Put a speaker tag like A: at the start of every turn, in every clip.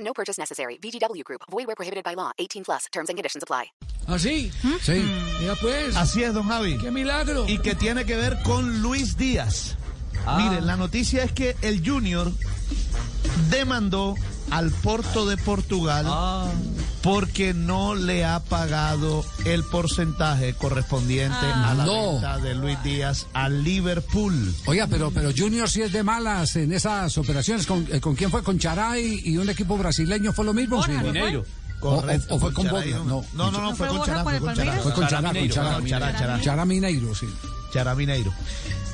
A: No purchase necessary. VGW Group. Void where prohibited by law. 18 plus. Terms and conditions apply.
B: ¿Ah, sí? Sí. Mira pues,
C: Así es, don Javi.
B: qué milagro.
C: Y que tiene que ver con Luis Díaz.
B: Ah.
C: Miren, la noticia es que el Junior demandó al Porto de Portugal
B: Ah.
C: porque no le ha pagado el porcentaje correspondiente a la
B: Ah. No.
C: venta de Luis Díaz al Liverpool.
B: Oiga, pero, pero Junior sí es de malas en esas operaciones. ¿Con, eh, con quién fue? ¿Con Charay y un equipo brasileño? ¿Fue lo mismo?
D: Borja,
B: Sí,
D: ¿no fue?
B: ¿no? O- o- o fue con
C: Charay,
B: Bogdan,
C: No, no, no, no, fue
D: fue
C: con
D: Borja
C: Chará,
D: con
C: fue
D: el
C: con
D: Palmeiras?
C: Chará.
B: Fue con Chará, con Chará.
C: Chará, Chará, Chará.
B: Chará Mineiro, sí.
C: Chará Mineiro.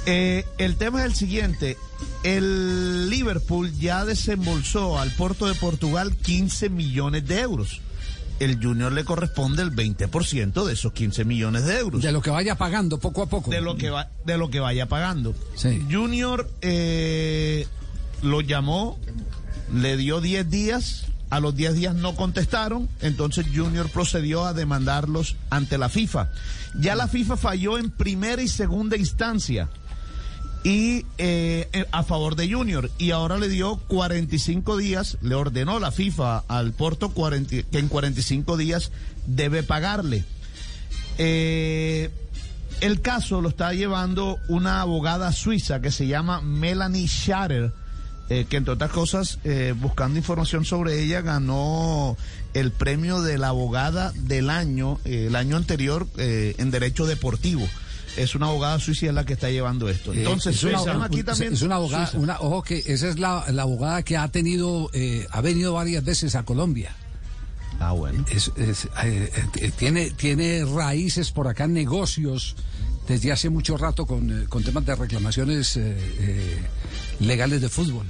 C: Eh, el tema es el siguiente. El Liverpool ya desembolsó al Porto de Portugal 15 millones de euros. El Junior le corresponde el 20% de esos 15 millones de euros.
B: De lo que vaya pagando poco a poco.
C: De lo que, va- de lo que vaya pagando.
B: Sí.
C: Junior eh, lo llamó, le dio 10 días. A los 10 días no contestaron, entonces Junior procedió a demandarlos ante la FIFA. Ya la FIFA falló en primera y segunda instancia y eh, eh, a favor de Junior y ahora le dio 45 días, le ordenó la FIFA al Porto 40 que en 45 días debe pagarle. Eh, el caso lo está llevando una abogada suiza que se llama Melanie Schatter, eh, que entre otras cosas, eh, buscando información sobre ella, ganó el premio de la abogada del año, eh, el año anterior, eh, en derecho deportivo. Es una abogada suiza y es la que está llevando esto.
B: Eh,
C: Entonces,
B: es una,
C: Suiza,
B: un-
C: aquí
B: es-
C: también-
B: es una abogada,
C: Suiza.
B: una, ojo que esa es la, la abogada que ha tenido, eh, ha venido varias veces a Colombia.
C: Ah, bueno.
B: Es- es, eh, eh, tiene, tiene raíces por acá, negocios, desde hace mucho rato con, eh, con temas de reclamaciones eh, eh, legales de fútbol.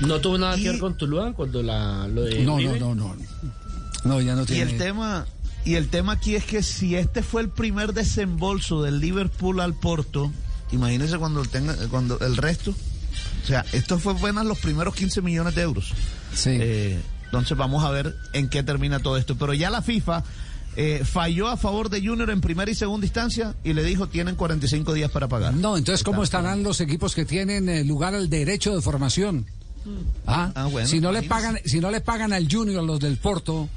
E: ¿No tuvo nada
C: Y-
E: que ver con Tuluá cuando la, lo de
B: No, no,
E: River?
B: no, no. No, ya no
C: Y
B: tiene.
C: el tema y el tema aquí es que si este fue el primer desembolso del Liverpool al Porto, imagínense cuando tenga cuando el resto. O sea, esto fue apenas los primeros 15 millones de euros.
B: Sí.
C: Eh, entonces vamos a ver en qué termina todo esto. Pero ya la FIFA eh, falló a favor de Junior en primera y segunda instancia y le dijo tienen 45 días para pagar.
B: No, entonces, ¿cómo estarán los equipos que tienen eh, lugar al derecho de formación? ¿Ah?
C: Ah, bueno,
B: si no le
C: imagínese.
B: pagan, si no le pagan al Junior los del Porto,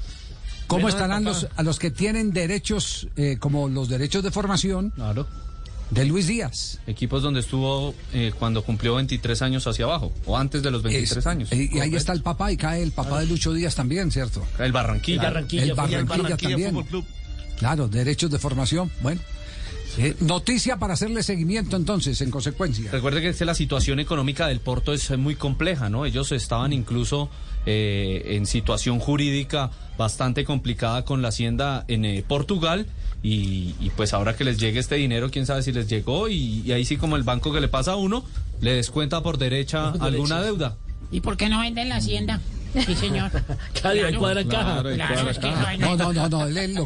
B: ¿cómo
E: Menos de
B: estarán
E: papá.
B: los a los que tienen derechos eh, como los derechos de formación
F: Claro.
B: de Luis Díaz?
F: Equipos donde estuvo eh, cuando cumplió 23 años hacia abajo, o antes de los 23
B: Es- eh,
F: años.
B: Y, y ahí está el papá y cae el papá de Lucho Díaz también, ¿cierto?
F: El Barranquilla.
E: El Barranquilla.
B: el
E: fue-
C: Y el
B: Barranquilla también.
C: Fútbol Club.
B: Claro, derechos de formación. Bueno, Eh, noticia para hacerle seguimiento entonces, en consecuencia.
F: Recuerde que este, la situación económica del Porto es eh, muy compleja, ¿no? Ellos estaban incluso eh, en situación jurídica bastante complicada con la hacienda en eh, Portugal y, y pues ahora que les llegue este dinero, quién sabe si les llegó y, y ahí sí como el banco que le pasa a uno, le descuenta por derecha alguna deuda.
D: ¿Y por qué no venden la hacienda? Sí, señor.
E: Claro, ahí cuadra en caja.
D: Claro, es que eso hay-
B: No, no, no, no, él- él lo-